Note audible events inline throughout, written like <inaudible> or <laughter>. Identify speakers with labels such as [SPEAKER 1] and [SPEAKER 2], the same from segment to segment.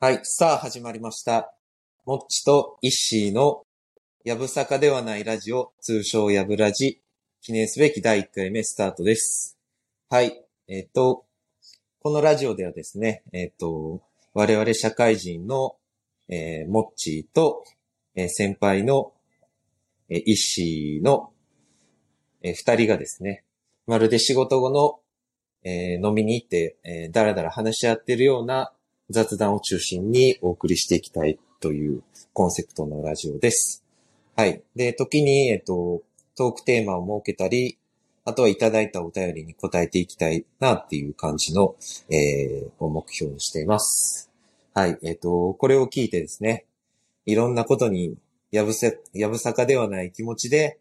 [SPEAKER 1] はい。さあ、始まりました。もっちとイッシーの、やぶさかではないラジオ、通称やぶラジ、記念すべき第1回目スタートです。はい。えっ、と、このラジオではですね、えっ、と、我々社会人の、えー、もっちーと、えー先輩の、えー、イッシーの、えー二人がですね、まるで仕事後の、えー飲みに行って、えー、だらだら話し合ってるような雑談を中心にお送りしていきたいというコンセプトのラジオです。はい。で、時に、えっと、トークテーマを設けたり、あとはいただいたお便りに答えていきたいなっていう感じの、えー、を目標にしています。はい。えっと、これを聞いてですね、いろんなことに、やぶせ、やぶさかではない気持ちで、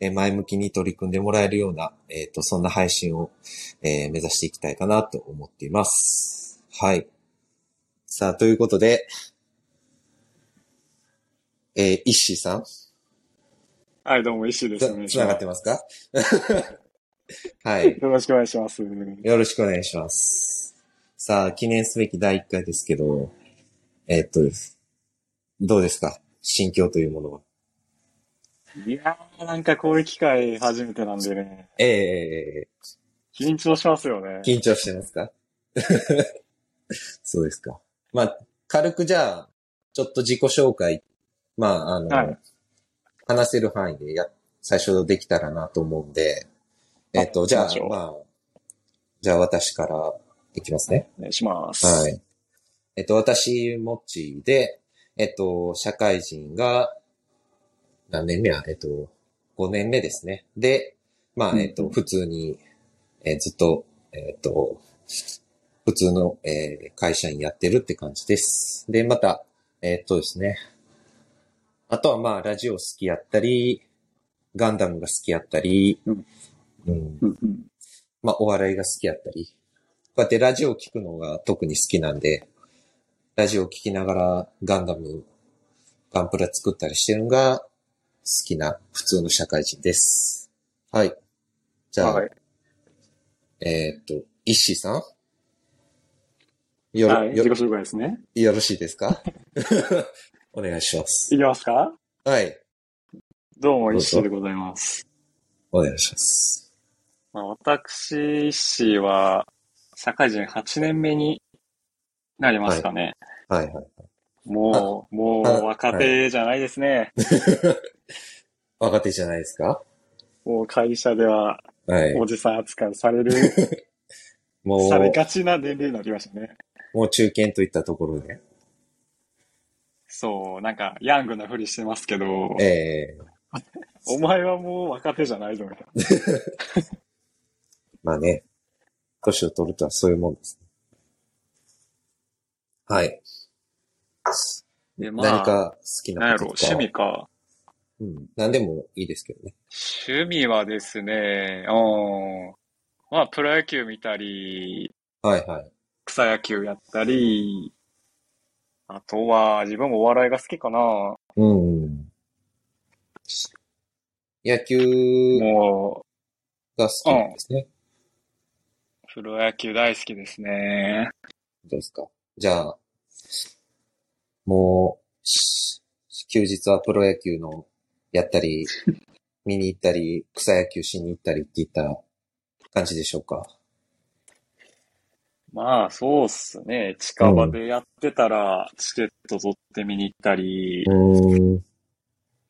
[SPEAKER 1] えー前向きに取り組んでもらえるような、えっ、と、そんな配信を、えー目指していきたいかなと思っています。はい。さあ、ということで、えー、イッシーさん、
[SPEAKER 2] はい、どうも、石井で
[SPEAKER 1] つ
[SPEAKER 2] す。
[SPEAKER 1] つながって
[SPEAKER 2] ま
[SPEAKER 1] ますか <laughs> はい。
[SPEAKER 2] よろしくお願いします。
[SPEAKER 1] よろしくお願いします。さあ、記念すべき第1回ですけど、えーっとです。どうですか心境というものは。
[SPEAKER 2] いやー、なんかこういう機会初めてなんでね、
[SPEAKER 1] ええ
[SPEAKER 2] 緊張しますよね。
[SPEAKER 1] 緊張してますか <laughs> そうですか。まあ、軽くじゃあ、ちょっと自己紹介、まあ、あの、
[SPEAKER 2] はい
[SPEAKER 1] 話せる範囲でや、最初できたらなと思うんで、えっ、と、じゃあ
[SPEAKER 2] 行きましょ、う
[SPEAKER 1] まあ、じゃあ私からいきますね。
[SPEAKER 2] お願いします。。
[SPEAKER 1] はいい。えっと、私、もっちーで、えっと、社会人が、何年目やえっと、5年目ですね。で、ま
[SPEAKER 2] う
[SPEAKER 1] あ、
[SPEAKER 2] ん
[SPEAKER 1] えっと、普通に、えーずっと、えっと、普通の、えー会社員やってるって感じです。で、また、えっとですね。あとはまあ、ラジオ好きやったり、ガンダムが好きやったり、
[SPEAKER 2] うん
[SPEAKER 1] うん
[SPEAKER 2] うんうん
[SPEAKER 1] まあ、お笑いが好きやったり、こうやってラジオを聞くのが特に好きなんで、ラジオを聞きながらガンダム、ガンプラ作ったりしてるのが好きな普通の社会人です。はい。じゃあ、
[SPEAKER 2] はい。
[SPEAKER 1] えーっと、イッシーさんよろ、
[SPEAKER 2] はい、
[SPEAKER 1] よ
[SPEAKER 2] 自己紹介ですね。
[SPEAKER 1] よろしいですか <laughs> お願いします。
[SPEAKER 2] いきますか
[SPEAKER 1] はい。
[SPEAKER 2] どうも、
[SPEAKER 1] どうぞ
[SPEAKER 2] 石井でございます。
[SPEAKER 1] お願いします。
[SPEAKER 2] まあ、私、石井は、社会人8年目になりますかね。
[SPEAKER 1] はいはい。
[SPEAKER 2] もう、も
[SPEAKER 1] あ
[SPEAKER 2] う若手じゃないですね。
[SPEAKER 1] 若手じゃないですか
[SPEAKER 2] もう会社では、
[SPEAKER 1] はい。
[SPEAKER 2] おじさん扱いさ
[SPEAKER 1] <laughs>
[SPEAKER 2] れる、
[SPEAKER 1] もう、
[SPEAKER 2] されがちな年齢になりましたね。
[SPEAKER 1] もう中堅といったところで。
[SPEAKER 2] そう、なんか、ヤングなふりしてますけど、
[SPEAKER 1] えー、
[SPEAKER 2] お前はもう若手じゃないぞ、みたいな。
[SPEAKER 1] まあね、年を取るとはそういうもんですね。はい。
[SPEAKER 2] で、
[SPEAKER 1] 何か好き
[SPEAKER 2] なん
[SPEAKER 1] な
[SPEAKER 2] や
[SPEAKER 1] こと
[SPEAKER 2] ろ、
[SPEAKER 1] とか。
[SPEAKER 2] 趣味か。
[SPEAKER 1] うん。何でもいいですけどね。
[SPEAKER 2] 趣味はですね、うん。まあ、プロ野球見たり、
[SPEAKER 1] はいはい。
[SPEAKER 2] 草野球やったり、あとは、自分もお笑いが好きかな。
[SPEAKER 1] うん、うん。野球
[SPEAKER 2] も
[SPEAKER 1] が好きなんですね。
[SPEAKER 2] う、プロ野球大好きですね。
[SPEAKER 1] どうですか。じゃあ、もう、し休日はプロ野球のやったり、見に行ったり、草野球しに行ったりっていった感じでしょうか。
[SPEAKER 2] まあ、そうっすね。近場でやってたら、チケット取って見に行ったり、
[SPEAKER 1] うん。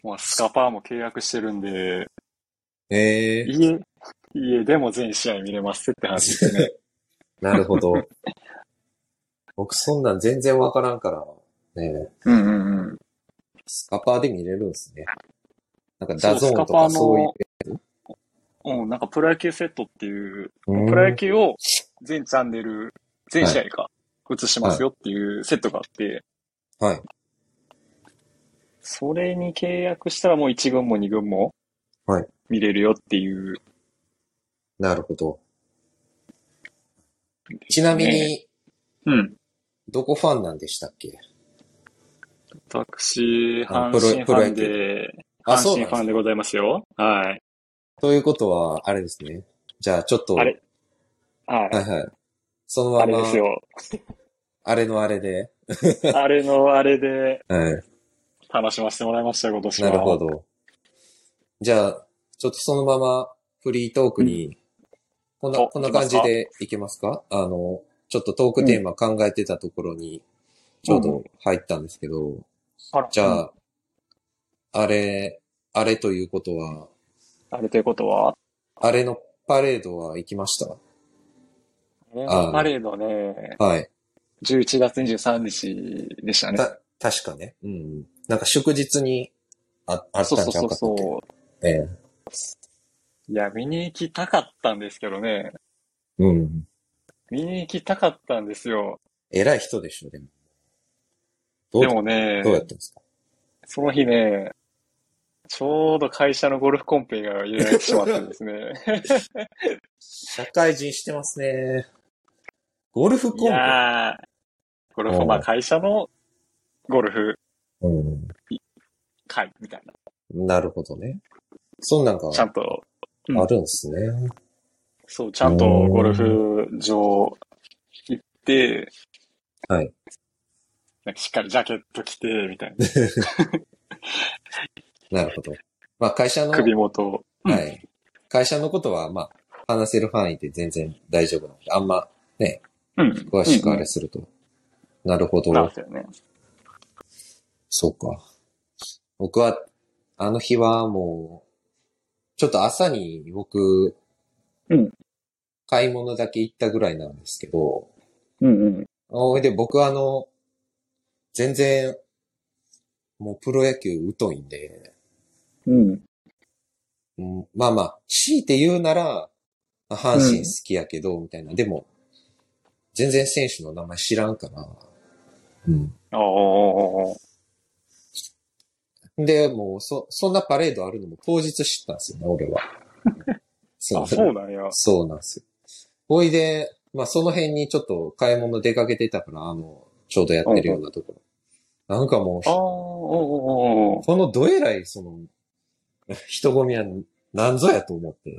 [SPEAKER 2] まあ、スカパーも契約してるんで、
[SPEAKER 1] ええ
[SPEAKER 2] 家、家でも全試合見れますって話です
[SPEAKER 1] <laughs>
[SPEAKER 2] ね。
[SPEAKER 1] なる
[SPEAKER 2] <laughs>
[SPEAKER 1] ほど。僕そんなん全然わからんから、ね、
[SPEAKER 2] うんうんうん。
[SPEAKER 1] スカパーで見れるんですね。なんか
[SPEAKER 2] そう
[SPEAKER 1] ダゾーン
[SPEAKER 2] スカ
[SPEAKER 1] と
[SPEAKER 2] パー
[SPEAKER 1] か
[SPEAKER 2] の
[SPEAKER 1] そういう。
[SPEAKER 2] うん、なんかプロ野球セットっていう、
[SPEAKER 1] うん
[SPEAKER 2] プロ野球を全チャンネル、全試合か、映しますよっていうセットがあって、
[SPEAKER 1] はい。
[SPEAKER 2] それに契約したらもう1軍も2軍も
[SPEAKER 1] はい
[SPEAKER 2] 見れるよっていう、
[SPEAKER 1] なるほど。ちなみ
[SPEAKER 2] ね。
[SPEAKER 1] に、
[SPEAKER 2] うん。
[SPEAKER 1] どこファンなんでしたっけ
[SPEAKER 2] 私、
[SPEAKER 1] あ
[SPEAKER 2] 阪
[SPEAKER 1] プロ
[SPEAKER 2] 神ファン
[SPEAKER 1] プ
[SPEAKER 2] で、
[SPEAKER 1] あ、
[SPEAKER 2] 阪
[SPEAKER 1] そう
[SPEAKER 2] 神
[SPEAKER 1] なん
[SPEAKER 2] ファン
[SPEAKER 1] です
[SPEAKER 2] でございますよ。はい。
[SPEAKER 1] ということは、あれですね。じゃあちょっと、
[SPEAKER 2] あれはい。
[SPEAKER 1] はいはい。その
[SPEAKER 2] あ
[SPEAKER 1] ま
[SPEAKER 2] れ
[SPEAKER 1] ま
[SPEAKER 2] ですよ。
[SPEAKER 1] あれのあれで。
[SPEAKER 2] あれのあれで
[SPEAKER 1] はい。
[SPEAKER 2] 楽しませてもらいました、今年は。
[SPEAKER 1] なるほ。ど。じゃあ、ちょっとそのままフリートークに、こんな、
[SPEAKER 2] お
[SPEAKER 1] こんな感じでいけますかあの、ちょっとトークテーマ考えてたところに、ちょうど入ったんですけど、
[SPEAKER 2] あら
[SPEAKER 1] じゃ
[SPEAKER 2] うん
[SPEAKER 1] あ、あれ、あれということは、
[SPEAKER 2] あれということは、
[SPEAKER 1] あれのパレードは行きました
[SPEAKER 2] あれのパレードね、
[SPEAKER 1] はい。
[SPEAKER 2] 11月23日でしたね。
[SPEAKER 1] た、確かね。うんうん。なんか祝日にああっ
[SPEAKER 2] そう
[SPEAKER 1] た
[SPEAKER 2] そ
[SPEAKER 1] ん
[SPEAKER 2] う
[SPEAKER 1] ちゃ
[SPEAKER 2] そうう
[SPEAKER 1] かったっけ
[SPEAKER 2] そ
[SPEAKER 1] ええ。
[SPEAKER 2] う。いや、見に行きたかったんですけどね。
[SPEAKER 1] うん。
[SPEAKER 2] 見に行きたかったんですよ。
[SPEAKER 1] 偉い人でしょ、でも。どう
[SPEAKER 2] で
[SPEAKER 1] だ
[SPEAKER 2] もね
[SPEAKER 1] どう、やったんですか
[SPEAKER 2] その日ね、ちょうど会社のゴルフコンペが入れられてしまって
[SPEAKER 1] <laughs>
[SPEAKER 2] ですね。
[SPEAKER 1] 社会人してますね。ゴルフ
[SPEAKER 2] い
[SPEAKER 1] コンペ。
[SPEAKER 2] やー、ゴル
[SPEAKER 1] う
[SPEAKER 2] フ、
[SPEAKER 1] ん
[SPEAKER 2] まあ会社のゴルフ
[SPEAKER 1] う
[SPEAKER 2] 会みたいな。
[SPEAKER 1] ん。なるほどね。そんなんが
[SPEAKER 2] ちゃんと、うん
[SPEAKER 1] あるんですね。
[SPEAKER 2] そう、ちゃんとゴルフ場行って、
[SPEAKER 1] はい。
[SPEAKER 2] なんかしっかりジャケット着て、みたいな。
[SPEAKER 1] なるほど。まあ会社の、
[SPEAKER 2] 首元を。うん
[SPEAKER 1] はい。会社のことは、まあ、話せる範囲で全然大丈夫なんで、あんまね、
[SPEAKER 2] うん。
[SPEAKER 1] 詳しくあ
[SPEAKER 2] うん
[SPEAKER 1] れすると。なるほ
[SPEAKER 2] うんなん
[SPEAKER 1] ど。
[SPEAKER 2] だよね。
[SPEAKER 1] そうか。僕は、あの日はもう、ちょっと朝に僕、
[SPEAKER 2] うん
[SPEAKER 1] 買い物だけ行ったぐらいなんですけど、
[SPEAKER 2] うんうん。
[SPEAKER 1] おいで僕はあの、全然、もうプロ野球疎いんで、
[SPEAKER 2] うん。
[SPEAKER 1] うんまあまあ、強いて言うなら、まあ阪神好きやけど、みたいな。でも、全然選手の名前知らんから。うん。
[SPEAKER 2] ああ、
[SPEAKER 1] で、もう、そ、そんなパレードあるのも当日知ったんですよね、俺は。そ
[SPEAKER 2] あ、そうなんや。
[SPEAKER 1] そうなんですよ。おいで、まあその辺にちょっと買い物出かけてたから、あの、ちょうどやってるようなところ。なんかもう
[SPEAKER 2] ああ、、おーおーおー
[SPEAKER 1] このどえらい、その、人混みは何ぞやと思って。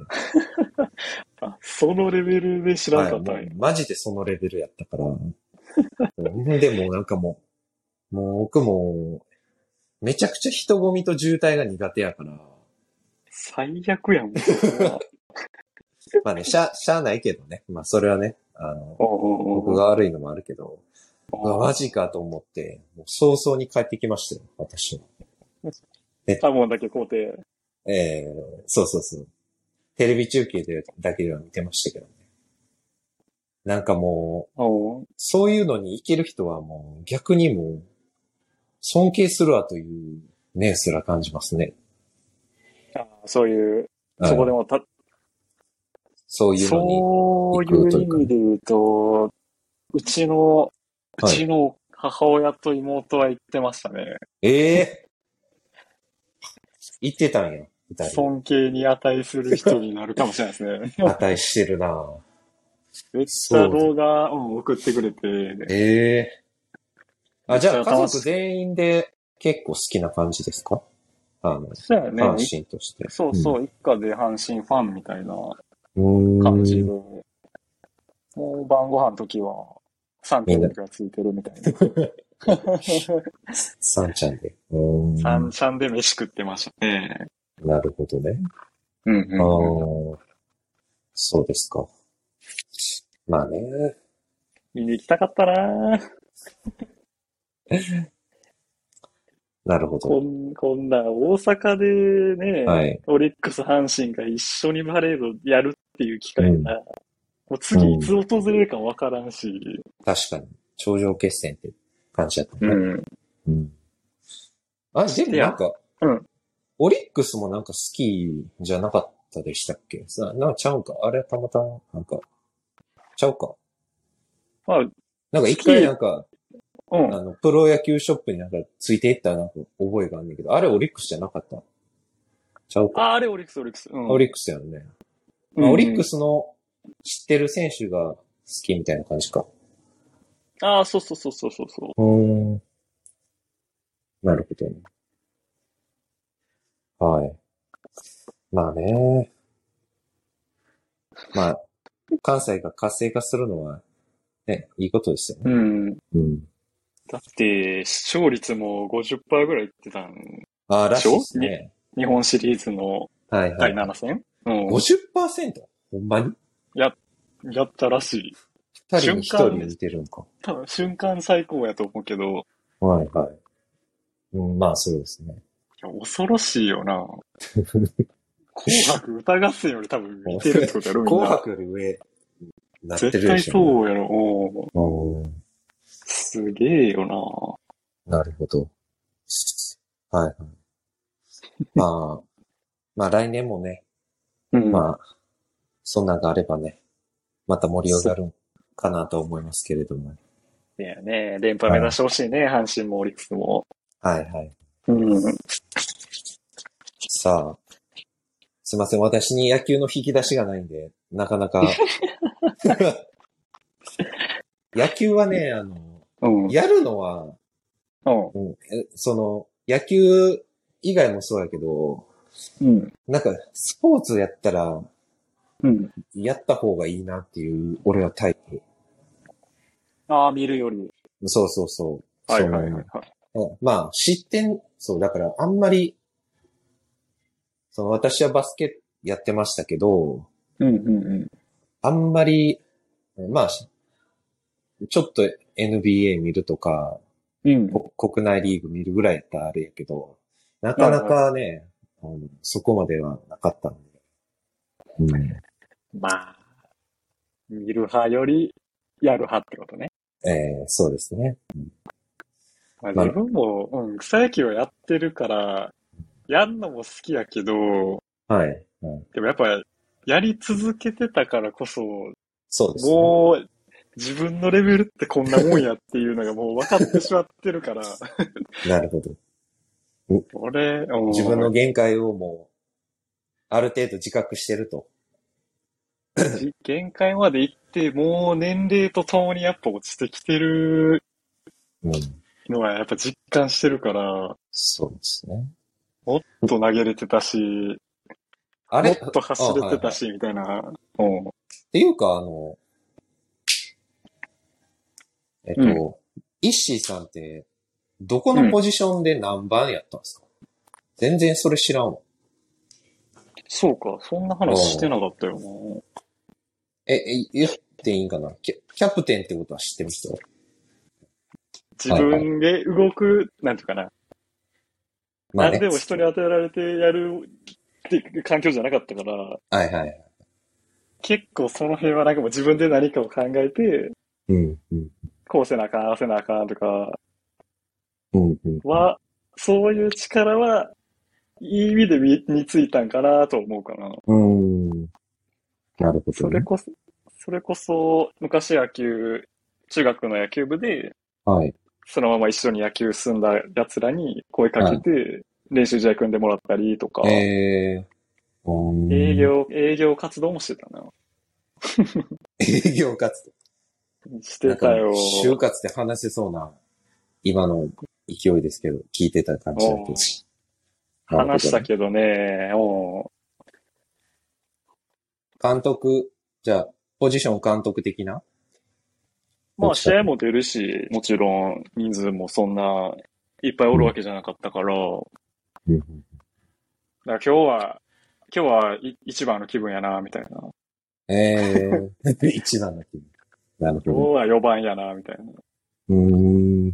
[SPEAKER 2] あ、そのレベルで知らんかったん
[SPEAKER 1] は
[SPEAKER 2] や
[SPEAKER 1] い、もうマジでそのレベルやったから。うんでもなんかもう、もう僕も、めちゃくちゃ人混みと渋滞が苦手やから。
[SPEAKER 2] 最
[SPEAKER 1] <laughs>
[SPEAKER 2] 悪やん、もうそれは
[SPEAKER 1] まあ
[SPEAKER 2] <laughs>
[SPEAKER 1] ね、しゃ、しゃあないけどね。まあそれはね、あの、
[SPEAKER 2] おーおーおー
[SPEAKER 1] 僕が悪いのもあるけど、うわ
[SPEAKER 2] おー
[SPEAKER 1] マジかと思って、もう早々に帰ってきましたよ、私は。
[SPEAKER 2] サーモンだけ買うて。
[SPEAKER 1] ええそうそうそう。テレビ中継でだけでは見てましたけどね。なんかもう、
[SPEAKER 2] おー
[SPEAKER 1] そういうのに行ける人はもう逆にもう尊敬するわというね、すら感じますね。
[SPEAKER 2] あーそういう、
[SPEAKER 1] はい
[SPEAKER 2] そこでもた、
[SPEAKER 1] そういうのに。
[SPEAKER 2] そういう意味で言うと、うちの、う
[SPEAKER 1] はい
[SPEAKER 2] ちの母親と妹は行ってましたね。
[SPEAKER 1] ええ行ってたんや、二人。
[SPEAKER 2] 尊敬に値する人になるかもしれない
[SPEAKER 1] <laughs>
[SPEAKER 2] ですね。
[SPEAKER 1] 値してるなぁ
[SPEAKER 2] めっちゃ動画を送ってくれて、
[SPEAKER 1] ええあ、じゃあ家
[SPEAKER 2] 楽
[SPEAKER 1] 族
[SPEAKER 2] し
[SPEAKER 1] 全員で結構好きな感じですかあの、
[SPEAKER 2] そうやね
[SPEAKER 1] 阪、神として。
[SPEAKER 2] そうそう、一家で阪神ファンみたいな
[SPEAKER 1] うん。
[SPEAKER 2] 感じで、
[SPEAKER 1] う
[SPEAKER 2] もう晩ご飯の時は、サンチャンだけがついてるみたいな。
[SPEAKER 1] <laughs>
[SPEAKER 2] <laughs>
[SPEAKER 1] ーんサンちゃんで。うーん。
[SPEAKER 2] サンチャンで飯食ってましたね。
[SPEAKER 1] なるほどね。
[SPEAKER 2] うん
[SPEAKER 1] あ
[SPEAKER 2] うんうん。
[SPEAKER 1] ーそうですか。まあね。
[SPEAKER 2] 見に行きたかったなぁ
[SPEAKER 1] なるほ
[SPEAKER 2] こ
[SPEAKER 1] ど。
[SPEAKER 2] ん、こんな大阪でね、
[SPEAKER 1] はい。
[SPEAKER 2] オリックス、阪神が一緒にパレードやるっていう機会が、もう次いつ訪れるかわからんし、
[SPEAKER 1] 確かに。頂上決戦って感じだったね。
[SPEAKER 2] ん。
[SPEAKER 1] うん。あ、でもなんか、
[SPEAKER 2] うん
[SPEAKER 1] オリックスもなんか好きじゃなかったでしたっけさ、なんかちゃうんか。あれたまたま、なんか、ちゃうか。
[SPEAKER 2] まあ、
[SPEAKER 1] なんか一回なんか、
[SPEAKER 2] う
[SPEAKER 1] あ
[SPEAKER 2] ん。
[SPEAKER 1] の、プロ野球ショップになんかついていったなんか覚えがあんねんけど、あれオリックスじゃなかったちゃうか。
[SPEAKER 2] あ、あれオリックス、オリックス。うん。
[SPEAKER 1] オリックスやんね。
[SPEAKER 2] うん
[SPEAKER 1] まあオリックスの知ってる選手が好きみたいな感じか。
[SPEAKER 2] ああ、そうそうそうそうそうそう。
[SPEAKER 1] うん。なるほどね。はい。まあね。まあ、関西が活性化するのは、ね、いいことですよね。
[SPEAKER 2] うん。
[SPEAKER 1] うん。
[SPEAKER 2] だって、視聴率も50%ぐらいいってたん。
[SPEAKER 1] ああ、らしいですね。
[SPEAKER 2] 日本シリーズの
[SPEAKER 1] はいは
[SPEAKER 2] 第
[SPEAKER 1] い。
[SPEAKER 2] 7戦、うん。
[SPEAKER 1] 50%? ほんまに
[SPEAKER 2] やったらしい。
[SPEAKER 1] 二人に一人
[SPEAKER 2] 瞬間
[SPEAKER 1] 似てるんか。
[SPEAKER 2] 多分瞬間最高やと思うけど、
[SPEAKER 1] はいはい。うん、まあそうですね。
[SPEAKER 2] いや恐ろしい
[SPEAKER 1] <laughs>
[SPEAKER 2] よな。紅白歌合戦より多分見てるってことやろ、みん
[SPEAKER 1] 紅
[SPEAKER 2] な。
[SPEAKER 1] 白より上になって
[SPEAKER 2] 絶
[SPEAKER 1] るで
[SPEAKER 2] 対
[SPEAKER 1] しょうね、
[SPEAKER 2] そうやろ。
[SPEAKER 1] そ
[SPEAKER 2] おー
[SPEAKER 1] う。
[SPEAKER 2] すげえよ
[SPEAKER 1] なるほど。はいはい。まあ、まあ来年もね、
[SPEAKER 2] な。うん。
[SPEAKER 1] まあ、そんなんがあればね、また盛り上がるかなと思いますけれども。
[SPEAKER 2] いやね、連覇目指してほしいね、阪神もオリックスも。
[SPEAKER 1] はいはい。
[SPEAKER 2] うん。
[SPEAKER 1] さあ、すいません。私に野球の引き出しがないんで、なか
[SPEAKER 2] <laughs>
[SPEAKER 1] なか。野球はね、あの、
[SPEAKER 2] うん。
[SPEAKER 1] やるのは、
[SPEAKER 2] うん。
[SPEAKER 1] うんえその、野球以外もそうやけど、
[SPEAKER 2] うん。
[SPEAKER 1] なんか、スポーツやったら、
[SPEAKER 2] うん。
[SPEAKER 1] やった方がいいなっていう、俺はタイプ。
[SPEAKER 2] ああ、見るより。
[SPEAKER 1] そうそうそう。
[SPEAKER 2] はいはいはいはい。
[SPEAKER 1] うんまあ、失点、そう、だからあんまり、その私はバスケやってましたけど、
[SPEAKER 2] うんうん
[SPEAKER 1] あんまり、まあ、しちょっと NBA 見るとか、
[SPEAKER 2] うん。うん。
[SPEAKER 1] こ国内リーグ見るぐらいやったらあれやけど、なかなかね、あのそこまではなかったんで。うん
[SPEAKER 2] まあ、見る派より、やる派ってことね。
[SPEAKER 1] えーそうですね。
[SPEAKER 2] まあ、
[SPEAKER 1] まあ
[SPEAKER 2] 自分も、うん、草野球をやってるから、やんのも好きやけど、
[SPEAKER 1] はい。はい、
[SPEAKER 2] でもやっぱ、やり続けてたからこそ、
[SPEAKER 1] そうですね。
[SPEAKER 2] もう、自分のレベルってこんなもんやっていうのがもう分かってしまってる
[SPEAKER 1] <laughs>
[SPEAKER 2] から、
[SPEAKER 1] なるほど。
[SPEAKER 2] 俺、うん
[SPEAKER 1] 自分の限界をもう、ある程度自覚してると。
[SPEAKER 2] じ限界まで行って、もう年齢とともにやっぱ落ちてきてる
[SPEAKER 1] うん、
[SPEAKER 2] のはやっぱ実感してるから、
[SPEAKER 1] そうですね。
[SPEAKER 2] もっと投げれてたし、
[SPEAKER 1] あ
[SPEAKER 2] も
[SPEAKER 1] れ
[SPEAKER 2] っと走れて
[SPEAKER 1] あ
[SPEAKER 2] た
[SPEAKER 1] はいはいっ
[SPEAKER 2] し、みたいな。うん。
[SPEAKER 1] ていうか、あの、えっと、
[SPEAKER 2] うん
[SPEAKER 1] イッシーさんって、どこのポジションで何番やったんですか、全然それ知らんわ。
[SPEAKER 2] そうか、そんな話してなかったよな。
[SPEAKER 1] え、え、言っていいんかなキャキャプテンってことは知ってる人
[SPEAKER 2] 自分で動く、なんていうかな。
[SPEAKER 1] まあ
[SPEAKER 2] 何
[SPEAKER 1] ね。
[SPEAKER 2] でも人に与えられてやるっていう環境じゃなかったから、
[SPEAKER 1] はいはい。
[SPEAKER 2] 結構その辺はなんかもう自分で何かを考えて、
[SPEAKER 1] うん、うん、
[SPEAKER 2] こうせなあかん、ああせなあかんとか
[SPEAKER 1] うん、うん。
[SPEAKER 2] は、そういう力は、いい意味で身についたんかなと思うかな。
[SPEAKER 1] うん。なるほ
[SPEAKER 2] そ
[SPEAKER 1] ど
[SPEAKER 2] れ
[SPEAKER 1] ね。
[SPEAKER 2] こそ、それこそ、昔野球、中学の野球部で、
[SPEAKER 1] はい。
[SPEAKER 2] そのまま一緒に野球進んだ奴らに声かけて、練習試合組んでもらったりとか、
[SPEAKER 1] えー、うん
[SPEAKER 2] 営。業、営業活動もしてたな。
[SPEAKER 1] 営業活動。
[SPEAKER 2] してたよ。
[SPEAKER 1] 就活って話せそうな、今の勢いですけど、聞いてた感じだと。なるほどね
[SPEAKER 2] 話したけどね、お
[SPEAKER 1] 監督、じゃあ、ポジション監督的な
[SPEAKER 2] うまあ試合も出るし、もちろん人数もそんないっぱいおるわけじゃなかったから、
[SPEAKER 1] うん。
[SPEAKER 2] だから今日は、今日はい一番の気分やな、みたいな。
[SPEAKER 1] えー、 <laughs> 一番の気分。なる
[SPEAKER 2] 今日
[SPEAKER 1] ほ
[SPEAKER 2] は4番やな、みたいな。
[SPEAKER 1] ど。うーん。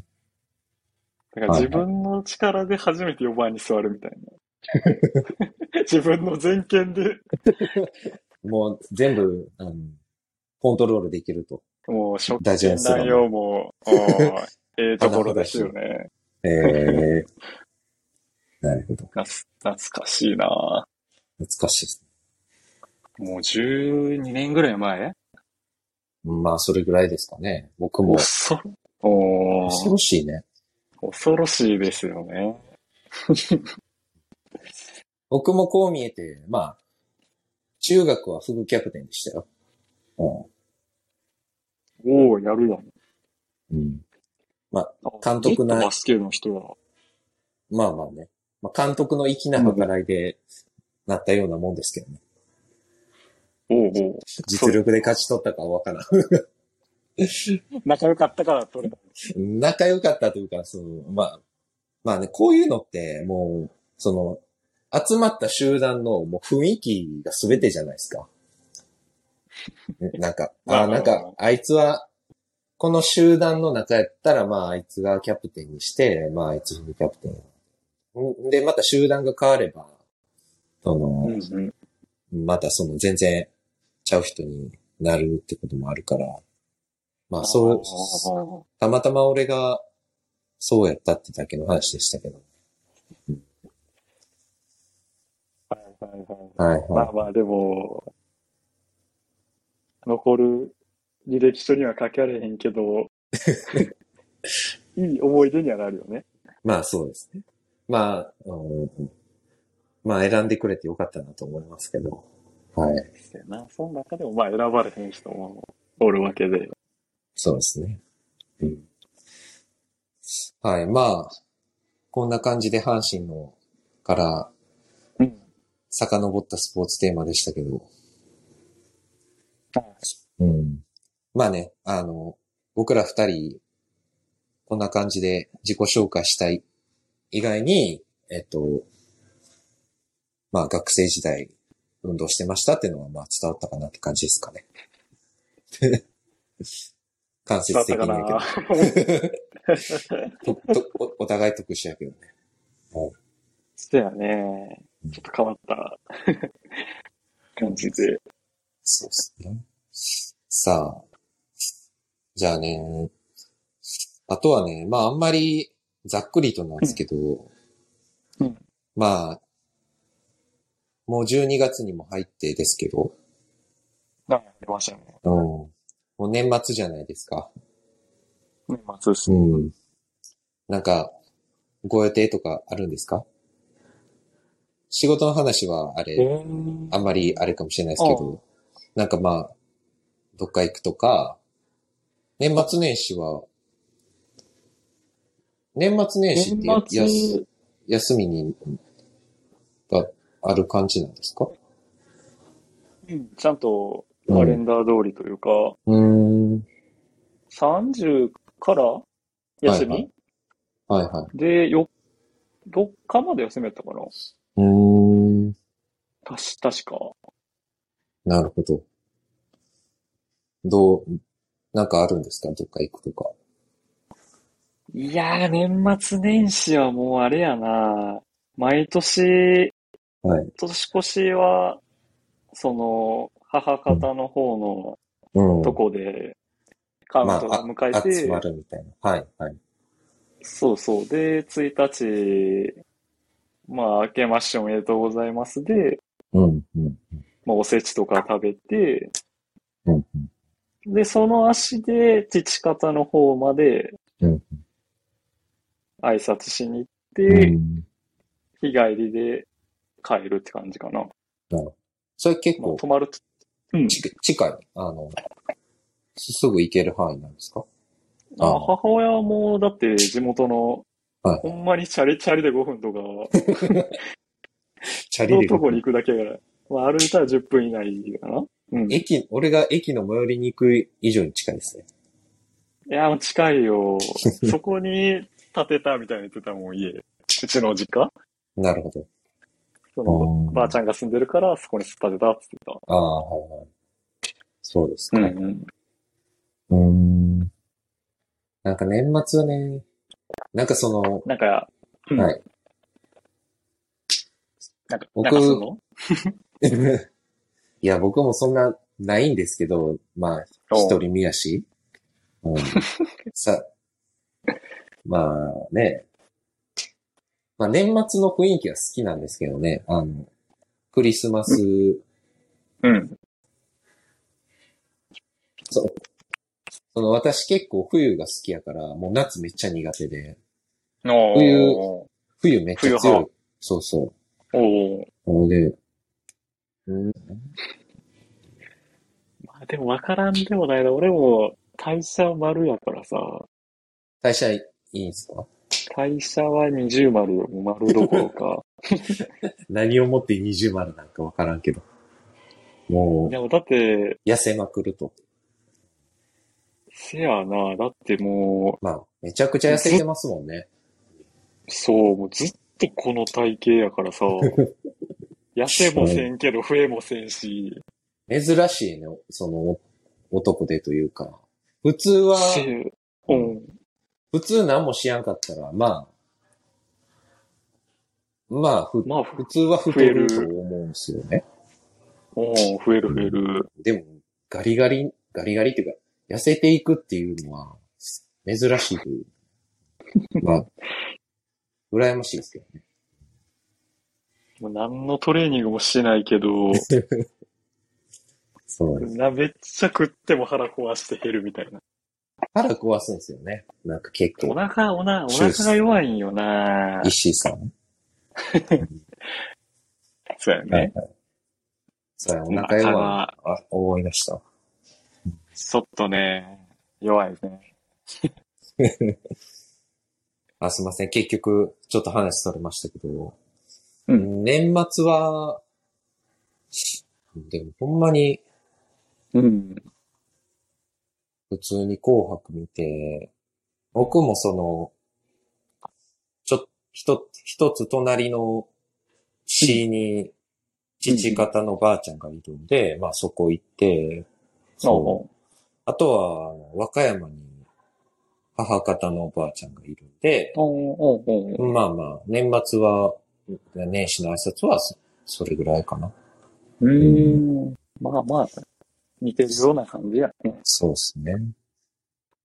[SPEAKER 2] だから自分の力で初めて4番に座るみたい <laughs> な。自分の全権で、
[SPEAKER 1] もう全部、あの、コントロールできると。
[SPEAKER 2] もう食
[SPEAKER 1] 大事な
[SPEAKER 2] 券
[SPEAKER 1] 人だ
[SPEAKER 2] 乱用も、おーええところです <laughs> よね。
[SPEAKER 1] えー、
[SPEAKER 2] <laughs>
[SPEAKER 1] なるほど。
[SPEAKER 2] 懐懐かしいな
[SPEAKER 1] 懐かしいです。
[SPEAKER 2] もう12年ぐらい前
[SPEAKER 1] まあ、それぐらいですかね。僕も。
[SPEAKER 2] 恐ろお
[SPEAKER 1] 恐
[SPEAKER 2] ー
[SPEAKER 1] ろしいね。
[SPEAKER 2] 恐ろしいですよね。
[SPEAKER 1] 僕もこう見えて、まあ、中学はフグキャプテンでしたよ。
[SPEAKER 2] おおやるやん。
[SPEAKER 1] うん。うん。監督な
[SPEAKER 2] ずっとバスケの人は。
[SPEAKER 1] まあまあね。まあ、監督の粋な計らいで、なったようなもんですけどね。
[SPEAKER 2] おうおう
[SPEAKER 1] 実力で勝ち取ったかはわからん。
[SPEAKER 2] 仲良かったから取れた。
[SPEAKER 1] 仲良かったというか、その、まあ、まあね、こういうのって、もう、その、集まった集団のもう雰囲気が全てじゃないですか。ねなん <laughs> か、
[SPEAKER 2] まあ
[SPEAKER 1] あーなん
[SPEAKER 2] まあま
[SPEAKER 1] か、あいつは、この集団の中やったら、まあ、あいつがキャプテンにして、まあ、あいつフルキャプテン。んで、また集団が変われば、その、
[SPEAKER 2] うん
[SPEAKER 1] またその全然ちゃう人になるってこともあるから、まあそう、たまたま俺がそうやったってだけの話でしたけど。
[SPEAKER 2] はいはいはい。
[SPEAKER 1] はい
[SPEAKER 2] ま
[SPEAKER 1] は
[SPEAKER 2] あまあ、でも、残る履歴書には書かれへんけ <laughs> ど、いい思い出にはなるよね。
[SPEAKER 1] い。まあそうですね。まあ、うんまあ選んでくれてよかったなと思いますけど。はい。
[SPEAKER 2] せやな、その中でもまあ選ばれへん人もおるわけで。
[SPEAKER 1] そうですね。うんはい。まあ、こんな感じで阪神のから
[SPEAKER 2] うん。
[SPEAKER 1] 遡ったスポーツテーマでしたけど。うん。まあね、あの、僕ら二人、こんな感じで自己紹介したい。以外に、えっと、まあ学生時代運動してましたっていうのはまあ伝わったかなって感じですか
[SPEAKER 2] <laughs>
[SPEAKER 1] ね。間接
[SPEAKER 2] だっ
[SPEAKER 1] 的
[SPEAKER 2] た
[SPEAKER 1] に
[SPEAKER 2] か
[SPEAKER 1] やけど
[SPEAKER 2] な。 <laughs>
[SPEAKER 1] ととおお互い特殊やけどね。
[SPEAKER 2] そうやね。ちょっと変わった <laughs> 感じで。
[SPEAKER 1] そうですね。さあ。じゃあね。あとはね、まああんまりざっくりとなんですけど、
[SPEAKER 2] うん
[SPEAKER 1] まあ、もう12月にも入ってですけど、
[SPEAKER 2] なんか出ましたね。
[SPEAKER 1] うん、もう年末じゃないですか。
[SPEAKER 2] 年末ですね。
[SPEAKER 1] うん。なんか、ご予定とかあるんですか仕事の話はあれ、あんまりあれかもしれないですけど、なんかまあ、どっか行くとか、年末年始は、年末年始ってや
[SPEAKER 2] 年末
[SPEAKER 1] す休みに、がある感じなんですか
[SPEAKER 2] うんちゃんとカレンダー通りというか、
[SPEAKER 1] うーん。
[SPEAKER 2] 30から休み、
[SPEAKER 1] はいはいはい。
[SPEAKER 2] で、よ、4日まで休みやったかな
[SPEAKER 1] うーん。
[SPEAKER 2] たし、確か。
[SPEAKER 1] なるほど。どう、なんかあるんですかどっか行くとか。
[SPEAKER 2] いやー、年末年始はもうあれやな。毎年、
[SPEAKER 1] はい。
[SPEAKER 2] 年越しは、その、母方の方の
[SPEAKER 1] うん。
[SPEAKER 2] とこで、カウントを迎えて、
[SPEAKER 1] 集まるみたいな。はいはい。
[SPEAKER 2] そうそう。で、1日、まあ、明けましておめでとうございますで、
[SPEAKER 1] うんうん
[SPEAKER 2] まあ、おせちとか食べて、
[SPEAKER 1] うん
[SPEAKER 2] で、その足で、父方の方まで
[SPEAKER 1] うん、
[SPEAKER 2] 挨拶しに行っ
[SPEAKER 1] うん。う
[SPEAKER 2] て、
[SPEAKER 1] ん
[SPEAKER 2] 日帰りで帰るって感じかな。
[SPEAKER 1] それ結
[SPEAKER 2] まあ、
[SPEAKER 1] 構
[SPEAKER 2] 泊まると、うん。
[SPEAKER 1] ち近い、あの、すすぐ行ける範囲なんですか
[SPEAKER 2] あ
[SPEAKER 1] あ
[SPEAKER 2] 母親はもう、だって地元の、
[SPEAKER 1] はい
[SPEAKER 2] ほんまにチャリチャリで5分とか、
[SPEAKER 1] チャ
[SPEAKER 2] のとこに行くだけやから、まあ、歩いたら10分以内かな。うん。い
[SPEAKER 1] 駅、俺が駅の最寄りに行く以上に近いですね。
[SPEAKER 2] や、もう近い
[SPEAKER 1] <laughs>
[SPEAKER 2] よ。そこに建てたみたいに言ってたもん、家。うちの実家
[SPEAKER 1] なるほど。
[SPEAKER 2] そ
[SPEAKER 1] あ
[SPEAKER 2] の
[SPEAKER 1] ー、
[SPEAKER 2] ばあちゃんが住んでるから、そこに建てたって言っ
[SPEAKER 1] ああ、はいはい。そうですか。
[SPEAKER 2] てた。
[SPEAKER 1] うーん。なんか年末はね、なんかその、
[SPEAKER 2] なんか、うん
[SPEAKER 1] はい。
[SPEAKER 2] なんか、
[SPEAKER 1] 僕
[SPEAKER 2] なんかすんの
[SPEAKER 1] <laughs> いや、僕もそんな、ないんですけど、まあ、
[SPEAKER 2] おう
[SPEAKER 1] 一人身やし。うん。さ、まあね。まあ年末の雰囲気は好きなんですけどね。あの、クリスマス、
[SPEAKER 2] うん。
[SPEAKER 1] その私結構冬が好きやから、もう夏めっちゃ苦手で、
[SPEAKER 2] おー
[SPEAKER 1] 冬めっちゃ
[SPEAKER 2] 冬
[SPEAKER 1] 強い
[SPEAKER 2] 派。
[SPEAKER 1] そうそ
[SPEAKER 2] おー
[SPEAKER 1] う。なので、うん、
[SPEAKER 2] まあでもわからんでもないな。俺も、代謝丸やからさ、
[SPEAKER 1] 代謝いいんですか
[SPEAKER 2] 代謝は二重丸よ。丸どこ
[SPEAKER 1] <laughs>
[SPEAKER 2] ろか。
[SPEAKER 1] 何をもって二重丸なんかわからんけど。も
[SPEAKER 2] でもだって、
[SPEAKER 1] う、痩せまくると。
[SPEAKER 2] せやな。だっても
[SPEAKER 1] まあ、めちゃくちゃ痩せてますもんね。
[SPEAKER 2] う、そう、もうずっとこの体型やから
[SPEAKER 1] <laughs>
[SPEAKER 2] さ。痩せもせんけど増えもせんし。
[SPEAKER 1] 珍しいね、その、男でというか。普通
[SPEAKER 2] <laughs>
[SPEAKER 1] は、
[SPEAKER 2] せうん。
[SPEAKER 1] 普通何もしやんかったら、まあ、まあ、ふ
[SPEAKER 2] まあ、
[SPEAKER 1] 普
[SPEAKER 2] ふ
[SPEAKER 1] 通は太ると
[SPEAKER 2] 増える
[SPEAKER 1] 思うんですよね。
[SPEAKER 2] うん、増える増える。
[SPEAKER 1] でも、ガリガリ、ガリガリっていうか、痩せていくっていうのは、珍しいという。まあ、 <laughs> 羨ましいですけどね。
[SPEAKER 2] もう何のトレーニングもしてないけ
[SPEAKER 1] <laughs>
[SPEAKER 2] ど、
[SPEAKER 1] そうです。
[SPEAKER 2] な、めっちゃ食っても腹壊して減るみたいな。
[SPEAKER 1] 腹壊すんですよね。なんか結
[SPEAKER 2] お
[SPEAKER 1] 構、
[SPEAKER 2] 腹、おな、お
[SPEAKER 1] そう
[SPEAKER 2] 腹
[SPEAKER 1] です
[SPEAKER 2] が弱いんよな
[SPEAKER 1] 石井さん。
[SPEAKER 2] そうや
[SPEAKER 1] はい
[SPEAKER 2] ね。
[SPEAKER 1] はい。そうや、お腹
[SPEAKER 2] お腹
[SPEAKER 1] 弱
[SPEAKER 2] が
[SPEAKER 1] い。あ、思い出した。
[SPEAKER 2] ちょっとね、弱いですね。
[SPEAKER 1] あ、すいません。結局、ちょっと話されましたけど、
[SPEAKER 2] う
[SPEAKER 1] 年末は、でもほんまに
[SPEAKER 2] うん。
[SPEAKER 1] 普通に紅白見て、僕もその、ちょ、ひと、一つ隣の市に、父方のばあちゃんがいるんで、まあそこ行って、そう。
[SPEAKER 2] そ
[SPEAKER 1] あとは、あの和歌山に母方のおばあちゃんがいるんで、
[SPEAKER 2] う。おうおうおう
[SPEAKER 1] まあまあ、年末は、年始の挨拶はそ、それぐらいかな。
[SPEAKER 2] うーん。まあまあ、似てるような感じやね。
[SPEAKER 1] そうですね。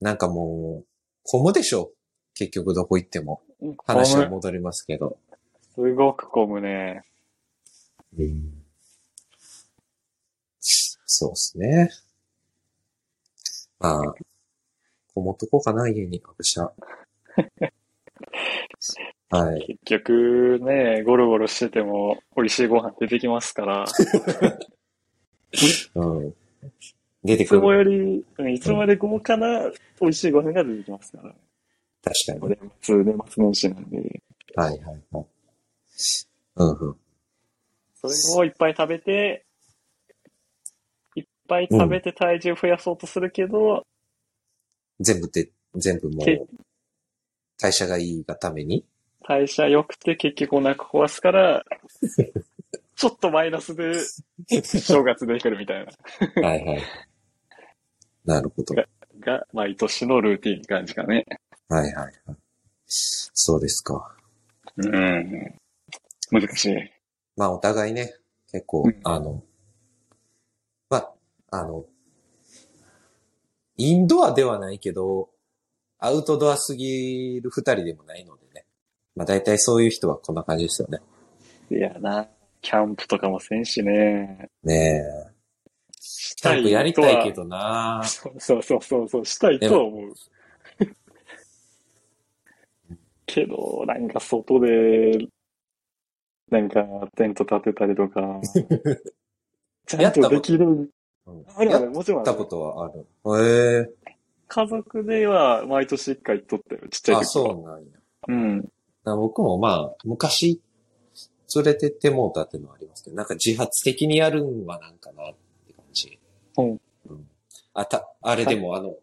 [SPEAKER 1] なんかもう、混むでしょ結局どこ行っても。話は
[SPEAKER 2] 混む
[SPEAKER 1] 戻りますけど。
[SPEAKER 2] すごく混むね。
[SPEAKER 1] そうですね。まあ、こもっとこうかな、家に、私 <laughs> は。はい。
[SPEAKER 2] 結局ね、ゴロゴロしてても、美味しいご飯出てきますから、い
[SPEAKER 1] うん。出て
[SPEAKER 2] つ
[SPEAKER 1] く
[SPEAKER 2] も
[SPEAKER 1] る。
[SPEAKER 2] より、うんいつまで豪華な美味しいご飯が出てきますから。
[SPEAKER 1] 確かに。
[SPEAKER 2] 年末、年末年始なんで。
[SPEAKER 1] はいはいはい。うんうん。
[SPEAKER 2] それをいっぱい食べて、いっぱい食べて体重増やそうとするけど、
[SPEAKER 1] 全部で、全部も
[SPEAKER 2] け
[SPEAKER 1] う、代謝がいいがために。
[SPEAKER 2] 代謝良くて結局お腹壊すから、ちょっとマイナスで正月で来るみたいな。
[SPEAKER 1] はいはい。なるほど。
[SPEAKER 2] が、毎年のルーティンって感じかね。
[SPEAKER 1] はいはいはい。そうですか。
[SPEAKER 2] うん。難しい。
[SPEAKER 1] まあお互いね、結構
[SPEAKER 2] うん、
[SPEAKER 1] あの、まあ、あの、インドアではないけど、アウトドアすぎる二人でもないのでね。まあ大体そういう人はこんな感じですよね。
[SPEAKER 2] いやな。キャンプとかもせんしね。
[SPEAKER 1] ねえ。キャンプやりたいけどな
[SPEAKER 2] そうそうそうそうそう、したいとは思う。けど、なんか外で、なんかテント立てたりと
[SPEAKER 1] <laughs>
[SPEAKER 2] か、ちゃんとできる。
[SPEAKER 1] うん
[SPEAKER 2] ある
[SPEAKER 1] や
[SPEAKER 2] あ
[SPEAKER 1] っ
[SPEAKER 2] る、もちろんあ
[SPEAKER 1] た
[SPEAKER 2] る
[SPEAKER 1] ことはある。へ
[SPEAKER 2] 家族では毎年一回行っとったよ、ちっち
[SPEAKER 1] え
[SPEAKER 2] ゃい時は
[SPEAKER 1] あ、そうなんや。
[SPEAKER 2] うん。
[SPEAKER 1] な僕もまあ、昔、連れてってもうたっていうのはありますけど、なんか自発的にやるんはなんかなって感じ。
[SPEAKER 2] うん
[SPEAKER 1] あ、た、あれでもあの、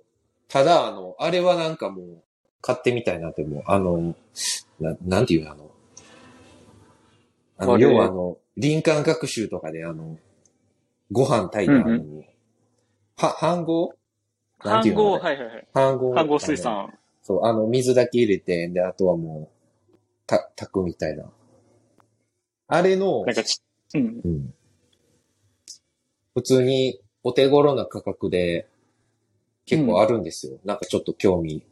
[SPEAKER 1] ただあの、あれはなんかもう、買ってみたいなってもう、あの、ななんていうのあの、あの、
[SPEAKER 2] あれ
[SPEAKER 1] 要はあの、林間学習とかであの、ご飯炊いたあの、
[SPEAKER 2] うん
[SPEAKER 1] は、飯合なんていうのあれ
[SPEAKER 2] はいはいはい。
[SPEAKER 1] 飯合。
[SPEAKER 2] 飯合水
[SPEAKER 1] あの。
[SPEAKER 2] 産。
[SPEAKER 1] そう、あの、水だけ入れて、で、あとはもう、た、炊くみたいな。あれの
[SPEAKER 2] な、んかち、うん。
[SPEAKER 1] うん普通にお手頃な価格で、結構あるんですよ。なんかちょっと興味、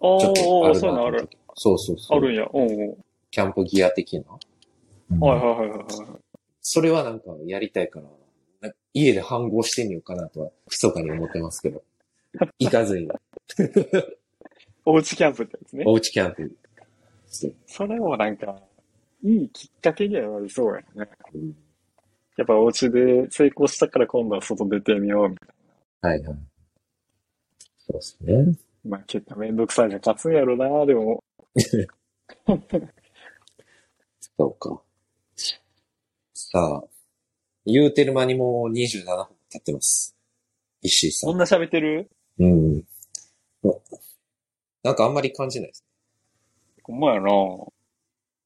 [SPEAKER 2] お
[SPEAKER 1] ちょっとあ
[SPEAKER 2] ー、
[SPEAKER 1] る
[SPEAKER 2] そうい
[SPEAKER 1] なと
[SPEAKER 2] う
[SPEAKER 1] 思
[SPEAKER 2] のあ
[SPEAKER 1] って
[SPEAKER 2] る。
[SPEAKER 1] そうそうそ
[SPEAKER 2] あ
[SPEAKER 1] う。
[SPEAKER 2] るんや。うんう
[SPEAKER 1] キャンプギア的な。うん
[SPEAKER 2] ん。はいはいはいはいはい。
[SPEAKER 1] それはなんかやりたいから、なんか家で反合してみようかなとは、密かに思ってますけ
[SPEAKER 2] <laughs>
[SPEAKER 1] ど。行かずに、
[SPEAKER 2] おうちキャンプってやつね。
[SPEAKER 1] おうちキャンプして。
[SPEAKER 2] それもなんか、いいきっかけにはなりそうやね。やっぱお家で成功したから今度は外出てみようみた
[SPEAKER 1] は
[SPEAKER 2] い
[SPEAKER 1] いはい。そうですね。
[SPEAKER 2] な。まあ結果めんどくさいが勝つんやろな、でも。
[SPEAKER 1] そうか。さあ、言うてる間にもう27分経ってます。石井さ
[SPEAKER 2] そん
[SPEAKER 1] ん。
[SPEAKER 2] な喋ってる
[SPEAKER 1] うん。なんかあんまり感じないです。
[SPEAKER 2] ほんまやな。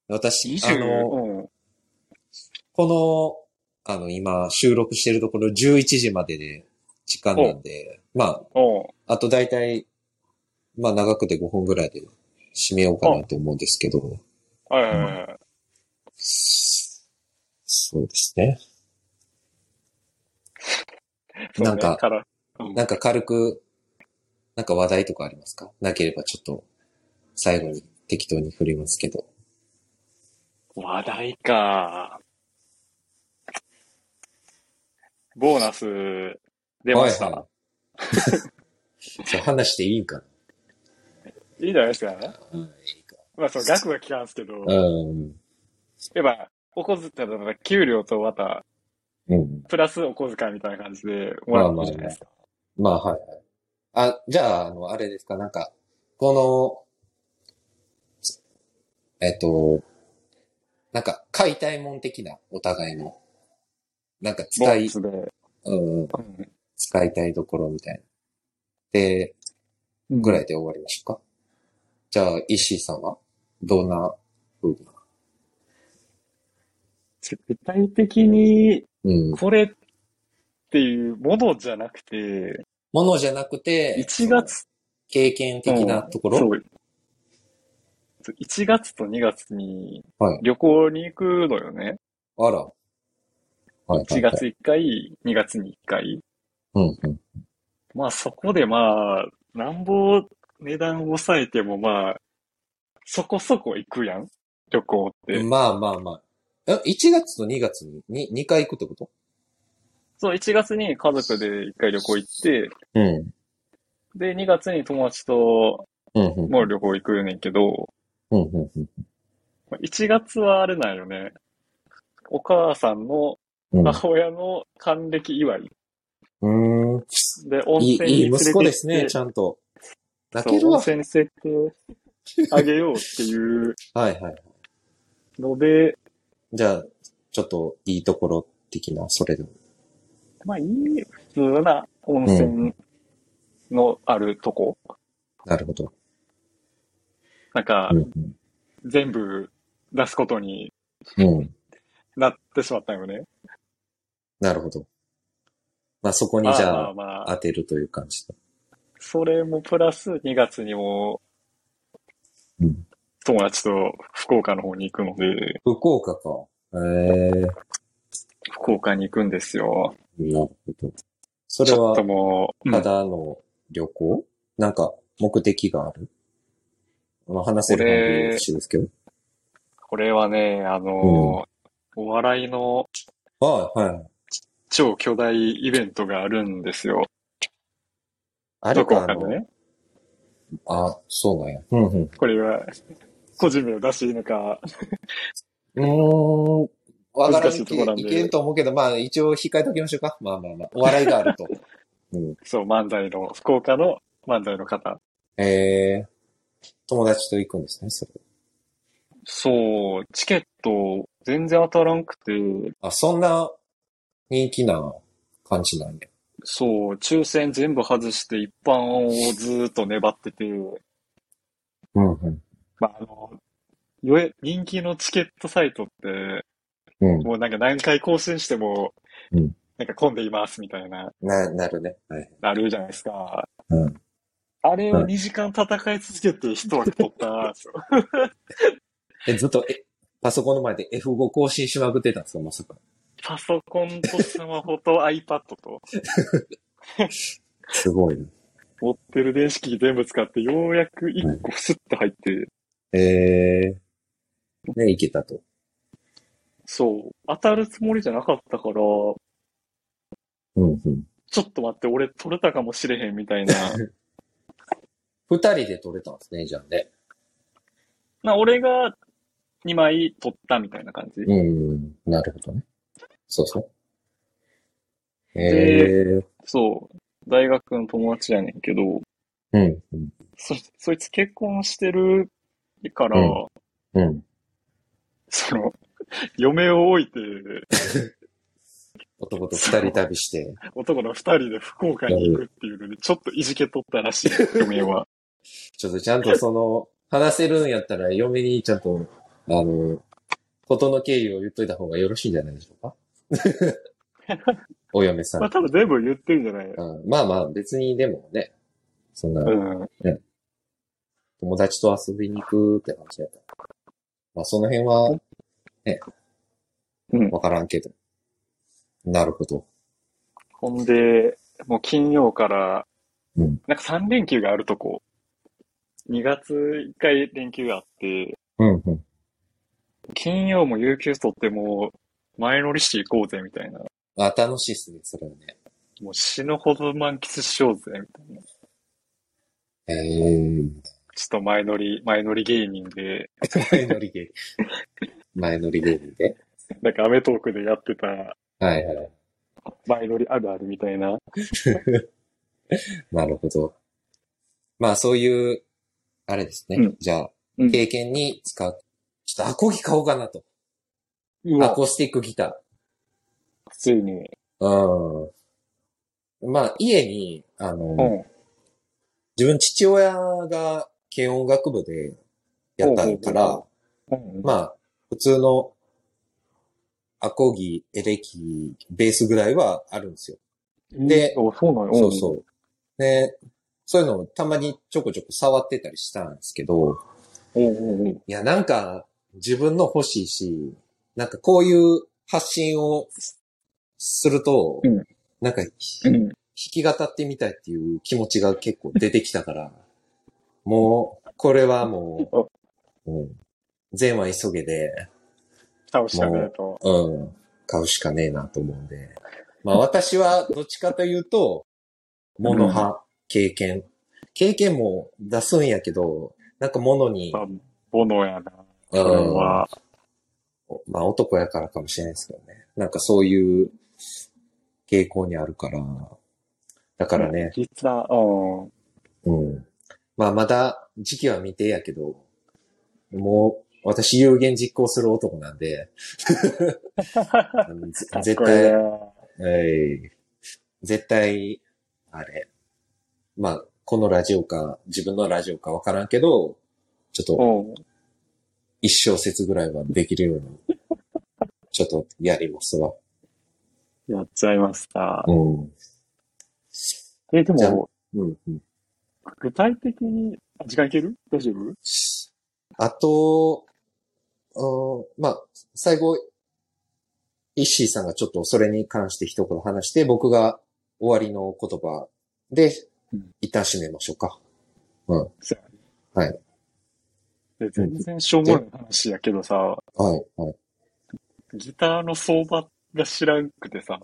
[SPEAKER 1] 私、あ
[SPEAKER 2] 20、
[SPEAKER 1] の、
[SPEAKER 2] うん。
[SPEAKER 1] この、あの、今、収録してるところ11時までで、時間なんで、ま
[SPEAKER 2] おう
[SPEAKER 1] あ、あと大体、まあ、長くて5分ぐらいで締めようかなと思うんですけど、
[SPEAKER 2] はいはいはい。
[SPEAKER 1] <laughs> そうですね。
[SPEAKER 2] そうね
[SPEAKER 1] なんか
[SPEAKER 2] から、うん
[SPEAKER 1] なんか軽く、なんか話題とかありますかなければちょっと、最後に適当に振りますけど。
[SPEAKER 2] 話題か。ボーナス出ました。
[SPEAKER 1] はい <laughs>
[SPEAKER 2] い
[SPEAKER 1] はい。そう話していいんかな。
[SPEAKER 2] い、じゃないですか。
[SPEAKER 1] うん
[SPEAKER 2] まあ、その額は聞かんすけど、やっ
[SPEAKER 1] うん。
[SPEAKER 2] ぱ、お小遣いだったら給料とまた、
[SPEAKER 1] うん。
[SPEAKER 2] プラスお小遣いみたいな感じでもらったじゃないですか。
[SPEAKER 1] まあ、はいはい。あ、じゃあ、あの、あれですか、なんか、この、えっと、なんか、解体もん的な、お互いの。なんか、
[SPEAKER 2] ボ
[SPEAKER 1] 使
[SPEAKER 2] ーナ
[SPEAKER 1] い、
[SPEAKER 2] スで。
[SPEAKER 1] うん、使いたいところみたいな。で、
[SPEAKER 2] うん
[SPEAKER 1] ぐらいで終わりましょうか。じゃあ、石井さんはどんな風に
[SPEAKER 2] 具体的に、
[SPEAKER 1] うん。
[SPEAKER 2] これっていうものじゃなくて、
[SPEAKER 1] ものじゃなくて、
[SPEAKER 2] 1月
[SPEAKER 1] 経験的なところ、
[SPEAKER 2] そう。1月と2月に
[SPEAKER 1] はい
[SPEAKER 2] 旅行に行くのよね。
[SPEAKER 1] あら。はいはい
[SPEAKER 2] 1
[SPEAKER 1] はい。
[SPEAKER 2] 月1回、2月に1回。
[SPEAKER 1] うんうん。
[SPEAKER 2] まあそこでまあ、なんぼ値段を抑えてもまあ、そこそこ行くやん。旅行って。
[SPEAKER 1] まあまあまあ。え、1月と2月に 2, 2回行くってこと
[SPEAKER 2] そう、1月に家族で1回旅行行って、
[SPEAKER 1] うん。
[SPEAKER 2] で、2月に友達と
[SPEAKER 1] うんうん。
[SPEAKER 2] もう旅行行くねんけど、
[SPEAKER 1] うんうんうん
[SPEAKER 2] まあ1月はあれなんよね。お母さんの
[SPEAKER 1] うん
[SPEAKER 2] 母親の還暦祝い。
[SPEAKER 1] うーん。
[SPEAKER 2] で、温
[SPEAKER 1] いい
[SPEAKER 2] 泉、
[SPEAKER 1] いい
[SPEAKER 2] に連れて行って、
[SPEAKER 1] 息子ですね、ちゃんと。泣ける
[SPEAKER 2] そう温
[SPEAKER 1] わ。
[SPEAKER 2] 泉に連れてあげようっていう
[SPEAKER 1] はいはい。
[SPEAKER 2] ので、
[SPEAKER 1] じゃあ、ちょっといいところ的な、それでも。
[SPEAKER 2] まあいい、普通な温泉のあるとこ。
[SPEAKER 1] なるほど。
[SPEAKER 2] なんか
[SPEAKER 1] う、ん
[SPEAKER 2] 全部出すことに
[SPEAKER 1] うん。うん。
[SPEAKER 2] なってしまったよね。
[SPEAKER 1] なるほど。まあそこ
[SPEAKER 2] ま
[SPEAKER 1] に
[SPEAKER 2] あ
[SPEAKER 1] じ
[SPEAKER 2] ま
[SPEAKER 1] ゃ
[SPEAKER 2] あ
[SPEAKER 1] あ、
[SPEAKER 2] まあ、
[SPEAKER 1] 当てるという感じで。
[SPEAKER 2] それもプラス2月にも
[SPEAKER 1] うん
[SPEAKER 2] 友達と福岡の方に行くので、
[SPEAKER 1] 福岡か。ええ
[SPEAKER 2] 福岡に行くんですよ。
[SPEAKER 1] なるほど。それ
[SPEAKER 2] ちょ
[SPEAKER 1] は
[SPEAKER 2] っと、もう、うん
[SPEAKER 1] ただの旅行、なんか、目的があるまあ話せる範囲でよろしいですけど。
[SPEAKER 2] これはね、あの、お笑いの
[SPEAKER 1] はい、はい。
[SPEAKER 2] 超巨大イベントがあるんですよ。
[SPEAKER 1] あれ
[SPEAKER 2] 福
[SPEAKER 1] か、
[SPEAKER 2] 岡
[SPEAKER 1] あ
[SPEAKER 2] で
[SPEAKER 1] の、
[SPEAKER 2] ね。
[SPEAKER 1] あ、そうなんや。うん、うん。う
[SPEAKER 2] これは、個人名を出していいのか、
[SPEAKER 1] ーん。わから
[SPEAKER 2] 難
[SPEAKER 1] ん
[SPEAKER 2] しいと
[SPEAKER 1] け
[SPEAKER 2] こなんで
[SPEAKER 1] いけると思うけど、まあ一応控えときましょうか。まあまあまあ。お笑いがあ
[SPEAKER 2] <laughs>
[SPEAKER 1] ると。うん。
[SPEAKER 2] そう、漫才の、福岡の漫才の方。
[SPEAKER 1] えー、友達と行くんですね、それ。
[SPEAKER 2] そう、チケット全然当たらんくて、
[SPEAKER 1] あ、そんな人気な感じなんや。
[SPEAKER 2] そう、抽選全部外して一般をずーっと粘ってて、
[SPEAKER 1] うん、うん。
[SPEAKER 2] まあ、あの、よえ、人気のチケットサイトって、
[SPEAKER 1] うん。
[SPEAKER 2] もうなんか何回更新しても
[SPEAKER 1] うん、
[SPEAKER 2] なんか混んでいますみたいな、
[SPEAKER 1] な、なるね。はい。
[SPEAKER 2] なるじゃないですか。
[SPEAKER 1] うん。
[SPEAKER 2] あれを2時間戦い続けて一枠取ったんですよ。
[SPEAKER 1] え、ずっと、え、パソコンの前で F5 更新しまくってたんですか、まさか。
[SPEAKER 2] パソコンとスマホと iPad と、
[SPEAKER 1] すごいね。
[SPEAKER 2] 持ってる電子機器全部使って、ようやく1個スッと入って、
[SPEAKER 1] ええね、いけたと。
[SPEAKER 2] そう、当たるつもりじゃなかったから、ちょ
[SPEAKER 1] うんうん。
[SPEAKER 2] っと待って、俺取れたかもしれへんみ
[SPEAKER 1] <laughs>
[SPEAKER 2] たいな。
[SPEAKER 1] 二人で取れたんですね、じゃあね。
[SPEAKER 2] まあ、俺が2枚取ったみたいな感じ。
[SPEAKER 1] うん、なるほどね。そうそう。え
[SPEAKER 2] でそう、大学の友達やねんけど、
[SPEAKER 1] えうん、うん、
[SPEAKER 2] そ、そいつ結婚してるから、
[SPEAKER 1] うんうん。
[SPEAKER 2] その、嫁を置いて、
[SPEAKER 1] 男と二人旅して。
[SPEAKER 2] 男の二人で福岡に行くっていうので、ちょっといじけとった
[SPEAKER 1] <laughs>
[SPEAKER 2] らしい、嫁は。
[SPEAKER 1] ちょっとちゃんとその、話せるんやったら嫁にちゃんと、あの、ことの経緯を言っといた方がよろしいんじゃないでしょうか <laughs> お嫁さん。
[SPEAKER 2] まあ多分全部言ってるんじゃない
[SPEAKER 1] うんまあまあ、別にでもね、そんな、
[SPEAKER 2] うん。
[SPEAKER 1] 友達と遊びに行くって話やった。まあ、その辺は、ね、
[SPEAKER 2] うん
[SPEAKER 1] わからんけど。なるほど。
[SPEAKER 2] ほんで、もう金曜から、
[SPEAKER 1] うん
[SPEAKER 2] なんか3連休があるとこ、2月1回連休があって、
[SPEAKER 1] うん、うん。
[SPEAKER 2] 金曜も有給取ってもう前乗りしていこうぜみたいな。
[SPEAKER 1] あ、楽しいっすね、それはね。
[SPEAKER 2] もう死ぬほど満喫しようぜみたいな。
[SPEAKER 1] えー、
[SPEAKER 2] ちょっと前乗り、前乗り芸人で、
[SPEAKER 1] 前乗り
[SPEAKER 2] <laughs>
[SPEAKER 1] 芸人。前乗り芸人で。
[SPEAKER 2] なんかアメトークでやってた
[SPEAKER 1] はいはい。
[SPEAKER 2] 前乗りあるあるみたいな。
[SPEAKER 1] なるほど。まあ、そういう、あれですね。
[SPEAKER 2] うん
[SPEAKER 1] じゃあ、
[SPEAKER 2] うん
[SPEAKER 1] 経験に使う。ちょっとアコギ買おうかなと。
[SPEAKER 2] う
[SPEAKER 1] ア
[SPEAKER 2] わ、
[SPEAKER 1] コースティックギター。
[SPEAKER 2] ついに。
[SPEAKER 1] うん。まあ、家に、あの、
[SPEAKER 2] うん。
[SPEAKER 1] 自分父親が軽音楽部でやったから、
[SPEAKER 2] ほうほうほうん、
[SPEAKER 1] まあ、普通のアコギ、エレキ、ベースぐらいはあるんですよ。で
[SPEAKER 2] うん、あそうなの
[SPEAKER 1] そうそう。で、そういうのをたまにちょこちょこ触ってたりしたんですけど、
[SPEAKER 2] うん。うんうんうん。
[SPEAKER 1] いや、なんか自分の欲しいし、なんかこういう発信をすると、
[SPEAKER 2] うん
[SPEAKER 1] なんか
[SPEAKER 2] うん。
[SPEAKER 1] 弾き語ってみたいっていう気持ちが結構出てきたから、もう、これはもう、うん、善は急げで、
[SPEAKER 2] 倒したくないと。
[SPEAKER 1] うん、買うしかねえなと思うんで。まあ私はどっちかというと、物派、経験。経験も出すんやけど、なんか物に
[SPEAKER 2] ま、あ、ボノやな。
[SPEAKER 1] う
[SPEAKER 2] これ
[SPEAKER 1] ん、
[SPEAKER 2] は、
[SPEAKER 1] まあ男やからかもしれないですけどね。なんかそういう傾向にあるから。だからね、
[SPEAKER 2] 実は、うん。
[SPEAKER 1] うん。まあまだ時期は未定やけど、もう私有言実行する男なん
[SPEAKER 2] <laughs>
[SPEAKER 1] で、あのぜ
[SPEAKER 2] かっ
[SPEAKER 1] 絶
[SPEAKER 2] こいい
[SPEAKER 1] 対、
[SPEAKER 2] な
[SPEAKER 1] はい絶対、あれ、まあこのラジオか自分のラジオかわからんけど、ちょっ
[SPEAKER 2] う
[SPEAKER 1] と
[SPEAKER 2] ん。
[SPEAKER 1] 一小節ぐらいはできるように、ちょっとやりますわ。
[SPEAKER 2] やっちゃいました。
[SPEAKER 1] うん。
[SPEAKER 2] え、で
[SPEAKER 1] じゃあ
[SPEAKER 2] も、
[SPEAKER 1] うん、うん。
[SPEAKER 2] 具体的に、あ時間いける大丈夫
[SPEAKER 1] あと、うんまあ、最後、イッシーさんがちょっとそれに関して一言話して、僕が終わりの言葉で
[SPEAKER 2] うん、
[SPEAKER 1] 一旦締めましょうか。
[SPEAKER 2] そう
[SPEAKER 1] はい
[SPEAKER 2] で全然しょうもない話やけどさ、
[SPEAKER 1] はい、はい。
[SPEAKER 2] ギターの相場が知らんくてさ、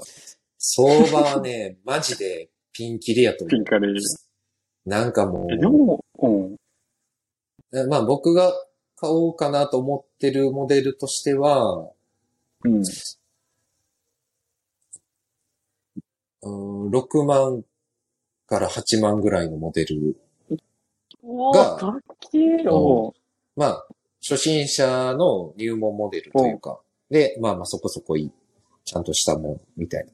[SPEAKER 1] 相場はね、
[SPEAKER 2] <laughs>
[SPEAKER 1] マジでピンキリやと思
[SPEAKER 2] ピンカレー。
[SPEAKER 1] う。なんかも
[SPEAKER 2] え、でも、うん。
[SPEAKER 1] う、まあ僕が買おうかなと思ってるモデルとしては、
[SPEAKER 2] うん。
[SPEAKER 1] うん、6万から8万ぐらいのモデル
[SPEAKER 2] お
[SPEAKER 1] が
[SPEAKER 2] ー、高えよ。
[SPEAKER 1] まあ、初心者の入門モデルというか、で、まあまあそこそこいい、ちゃんとしたもん、みたいな。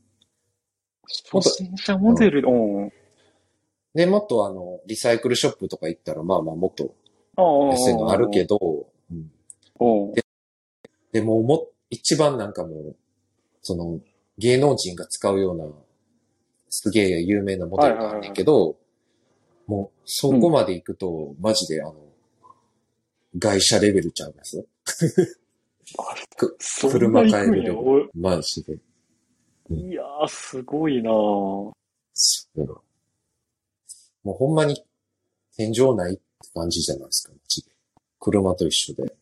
[SPEAKER 2] 初心者モデル、うん。
[SPEAKER 1] で、もっとあの、リサイクルショップとか行ったら、まあまあもっと
[SPEAKER 2] ああ。
[SPEAKER 1] 安いのあるけど、うん
[SPEAKER 2] ど。
[SPEAKER 1] でもも、一番なんかもう、その、芸能人が使うような、すげえ有名なモデルなんだけど、もう、そこまで行くと、マジであの、外車レベルちゃいますく
[SPEAKER 2] そんな
[SPEAKER 1] 車
[SPEAKER 2] 行
[SPEAKER 1] 買え
[SPEAKER 2] くん
[SPEAKER 1] るレベ
[SPEAKER 2] や。
[SPEAKER 1] ル。
[SPEAKER 2] おい
[SPEAKER 1] マジで。
[SPEAKER 2] いやー、すごいなぁ。
[SPEAKER 1] そうもうほんまに天井ないって感じじゃないですか、うちで車と一緒で。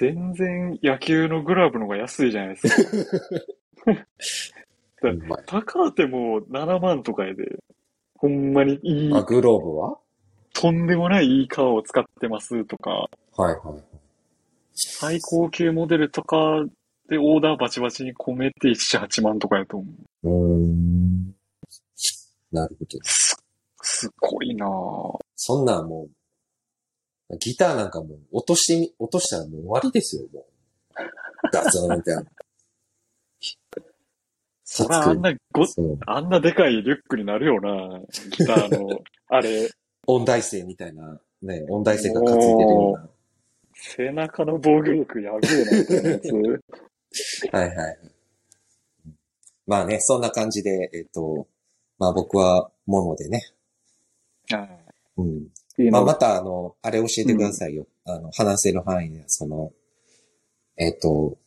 [SPEAKER 2] 全然野球のグラブの方が安いじゃないですか。だ
[SPEAKER 1] うまい
[SPEAKER 2] 高ってもう7万とかやで。ほんまにいい
[SPEAKER 1] あ、、グローブは
[SPEAKER 2] とんでもないいい革を使ってますとか、
[SPEAKER 1] はいはい。
[SPEAKER 2] 最高級モデルとかでオーダーバチバチに込めて7、8万とかやと思う。
[SPEAKER 1] うーん。なるほど。
[SPEAKER 2] すっごいなぁ。
[SPEAKER 1] そんなんもう、ギターなんかもう落としてみ、落としたらもう終わりですよ、もう。ガツンってあの。
[SPEAKER 2] そらあんなご、
[SPEAKER 1] そう。
[SPEAKER 2] あんなでかいリュックになるよな。ギターの、 <laughs> あれ、
[SPEAKER 1] 音大生みたいな、ね、音大生が担いでるよ
[SPEAKER 2] 背中の防御力やべえな、みたいなやつ。
[SPEAKER 1] うな。はいはい。まあね、そんな感じで、えっと、まあ僕は、モノでね。
[SPEAKER 2] あ
[SPEAKER 1] うん。
[SPEAKER 2] あい
[SPEAKER 1] <laughs>
[SPEAKER 2] い
[SPEAKER 1] ま
[SPEAKER 2] な
[SPEAKER 1] あまた、あの、あれ教えてくださいよ。あの、話せる範囲で、その、えっと、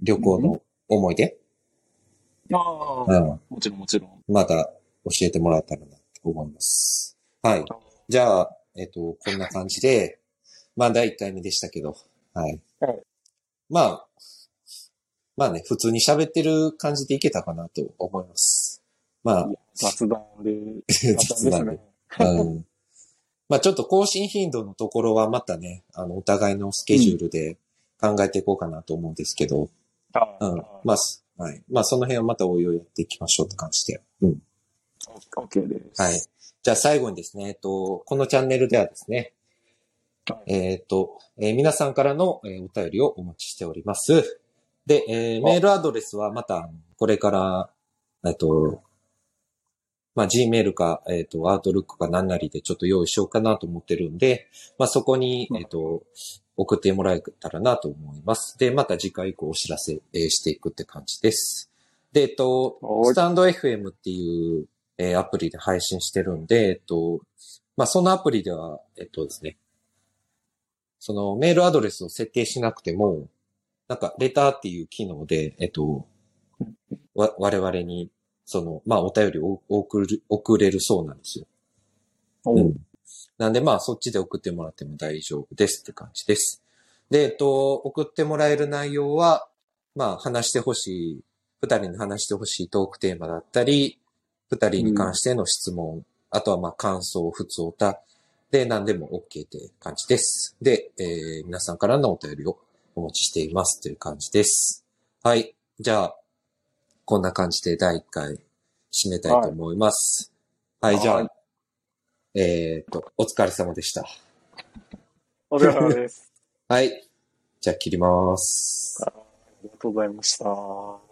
[SPEAKER 1] 旅行の思い出、
[SPEAKER 2] あ
[SPEAKER 1] う
[SPEAKER 2] あ
[SPEAKER 1] ん、
[SPEAKER 2] もちろん、もち
[SPEAKER 1] <laughs>
[SPEAKER 2] ろん。
[SPEAKER 1] また教えてもらえたらなと思います。はい。じゃあ、えっと、こんな感じで、まあ、第1回目でしたけど、はい。
[SPEAKER 2] はい
[SPEAKER 1] まあ、まあね、普通に喋ってる感じでいけたかなと思います。まあ、
[SPEAKER 2] 雑談で、
[SPEAKER 1] <laughs>
[SPEAKER 2] 雑
[SPEAKER 1] 雑談
[SPEAKER 2] 談で
[SPEAKER 1] で。
[SPEAKER 2] すね。
[SPEAKER 1] うんまあちょっと更新頻度のところはまたね、あの、お互いのスケジュールで考えていこうかなと思うんですけど、
[SPEAKER 2] あ
[SPEAKER 1] う
[SPEAKER 2] あ
[SPEAKER 1] ん。まあ、すはい。まあその辺はまたおいおいやっていきましょうって感じで。うん。
[SPEAKER 2] オッケーです。
[SPEAKER 1] はい。じゃあ最後にですね、えっと、このチャンネルではですね、
[SPEAKER 2] は
[SPEAKER 1] えーっと、えー皆さんからの、えーお便りをお待ちしております。で、えーメールアドレスはまた、あのこれから、えーっと、まあ、Gmail か、えーっと、Outlook か何なりでちょっと用意しようかなと思ってるんで、まあ、そこに、
[SPEAKER 2] うん
[SPEAKER 1] えーっと、送ってもらえたらなと思います。で、また次回以降お知らせ、えーしていくって感じです。で、えーっと、
[SPEAKER 2] はい
[SPEAKER 1] スタンド FM っていう、えーアプリで配信してるんで、えーっと、まあ、そのアプリでは、えーっとですね、そのメールアドレスを設定しなくても、なんかレターっていう機能で、えっと、わ我々に、その、まあお便りを送る、送れるそうなんですよ。
[SPEAKER 2] お
[SPEAKER 1] う
[SPEAKER 2] うん
[SPEAKER 1] なんでまあそっちで送ってもらっても大丈夫ですって感じです。で、えっと、送ってもらえる内容は、まあ話してほしい、二人に話してほしいトークテーマだったり、二人に関しての質問、あとはまあ感想、普通おた、で何でも OK って感じです。で、えー皆さんからのお便りをお持ちしていますという感じです。はい。じゃあ、こんな感じで第1回締めたいと思います。はい、
[SPEAKER 2] はい
[SPEAKER 1] じゃあ、
[SPEAKER 2] はい
[SPEAKER 1] えーっと、お疲れ様でした。
[SPEAKER 2] お疲れ様です。
[SPEAKER 1] はい。じゃあ切ります。
[SPEAKER 2] ありがとうございました。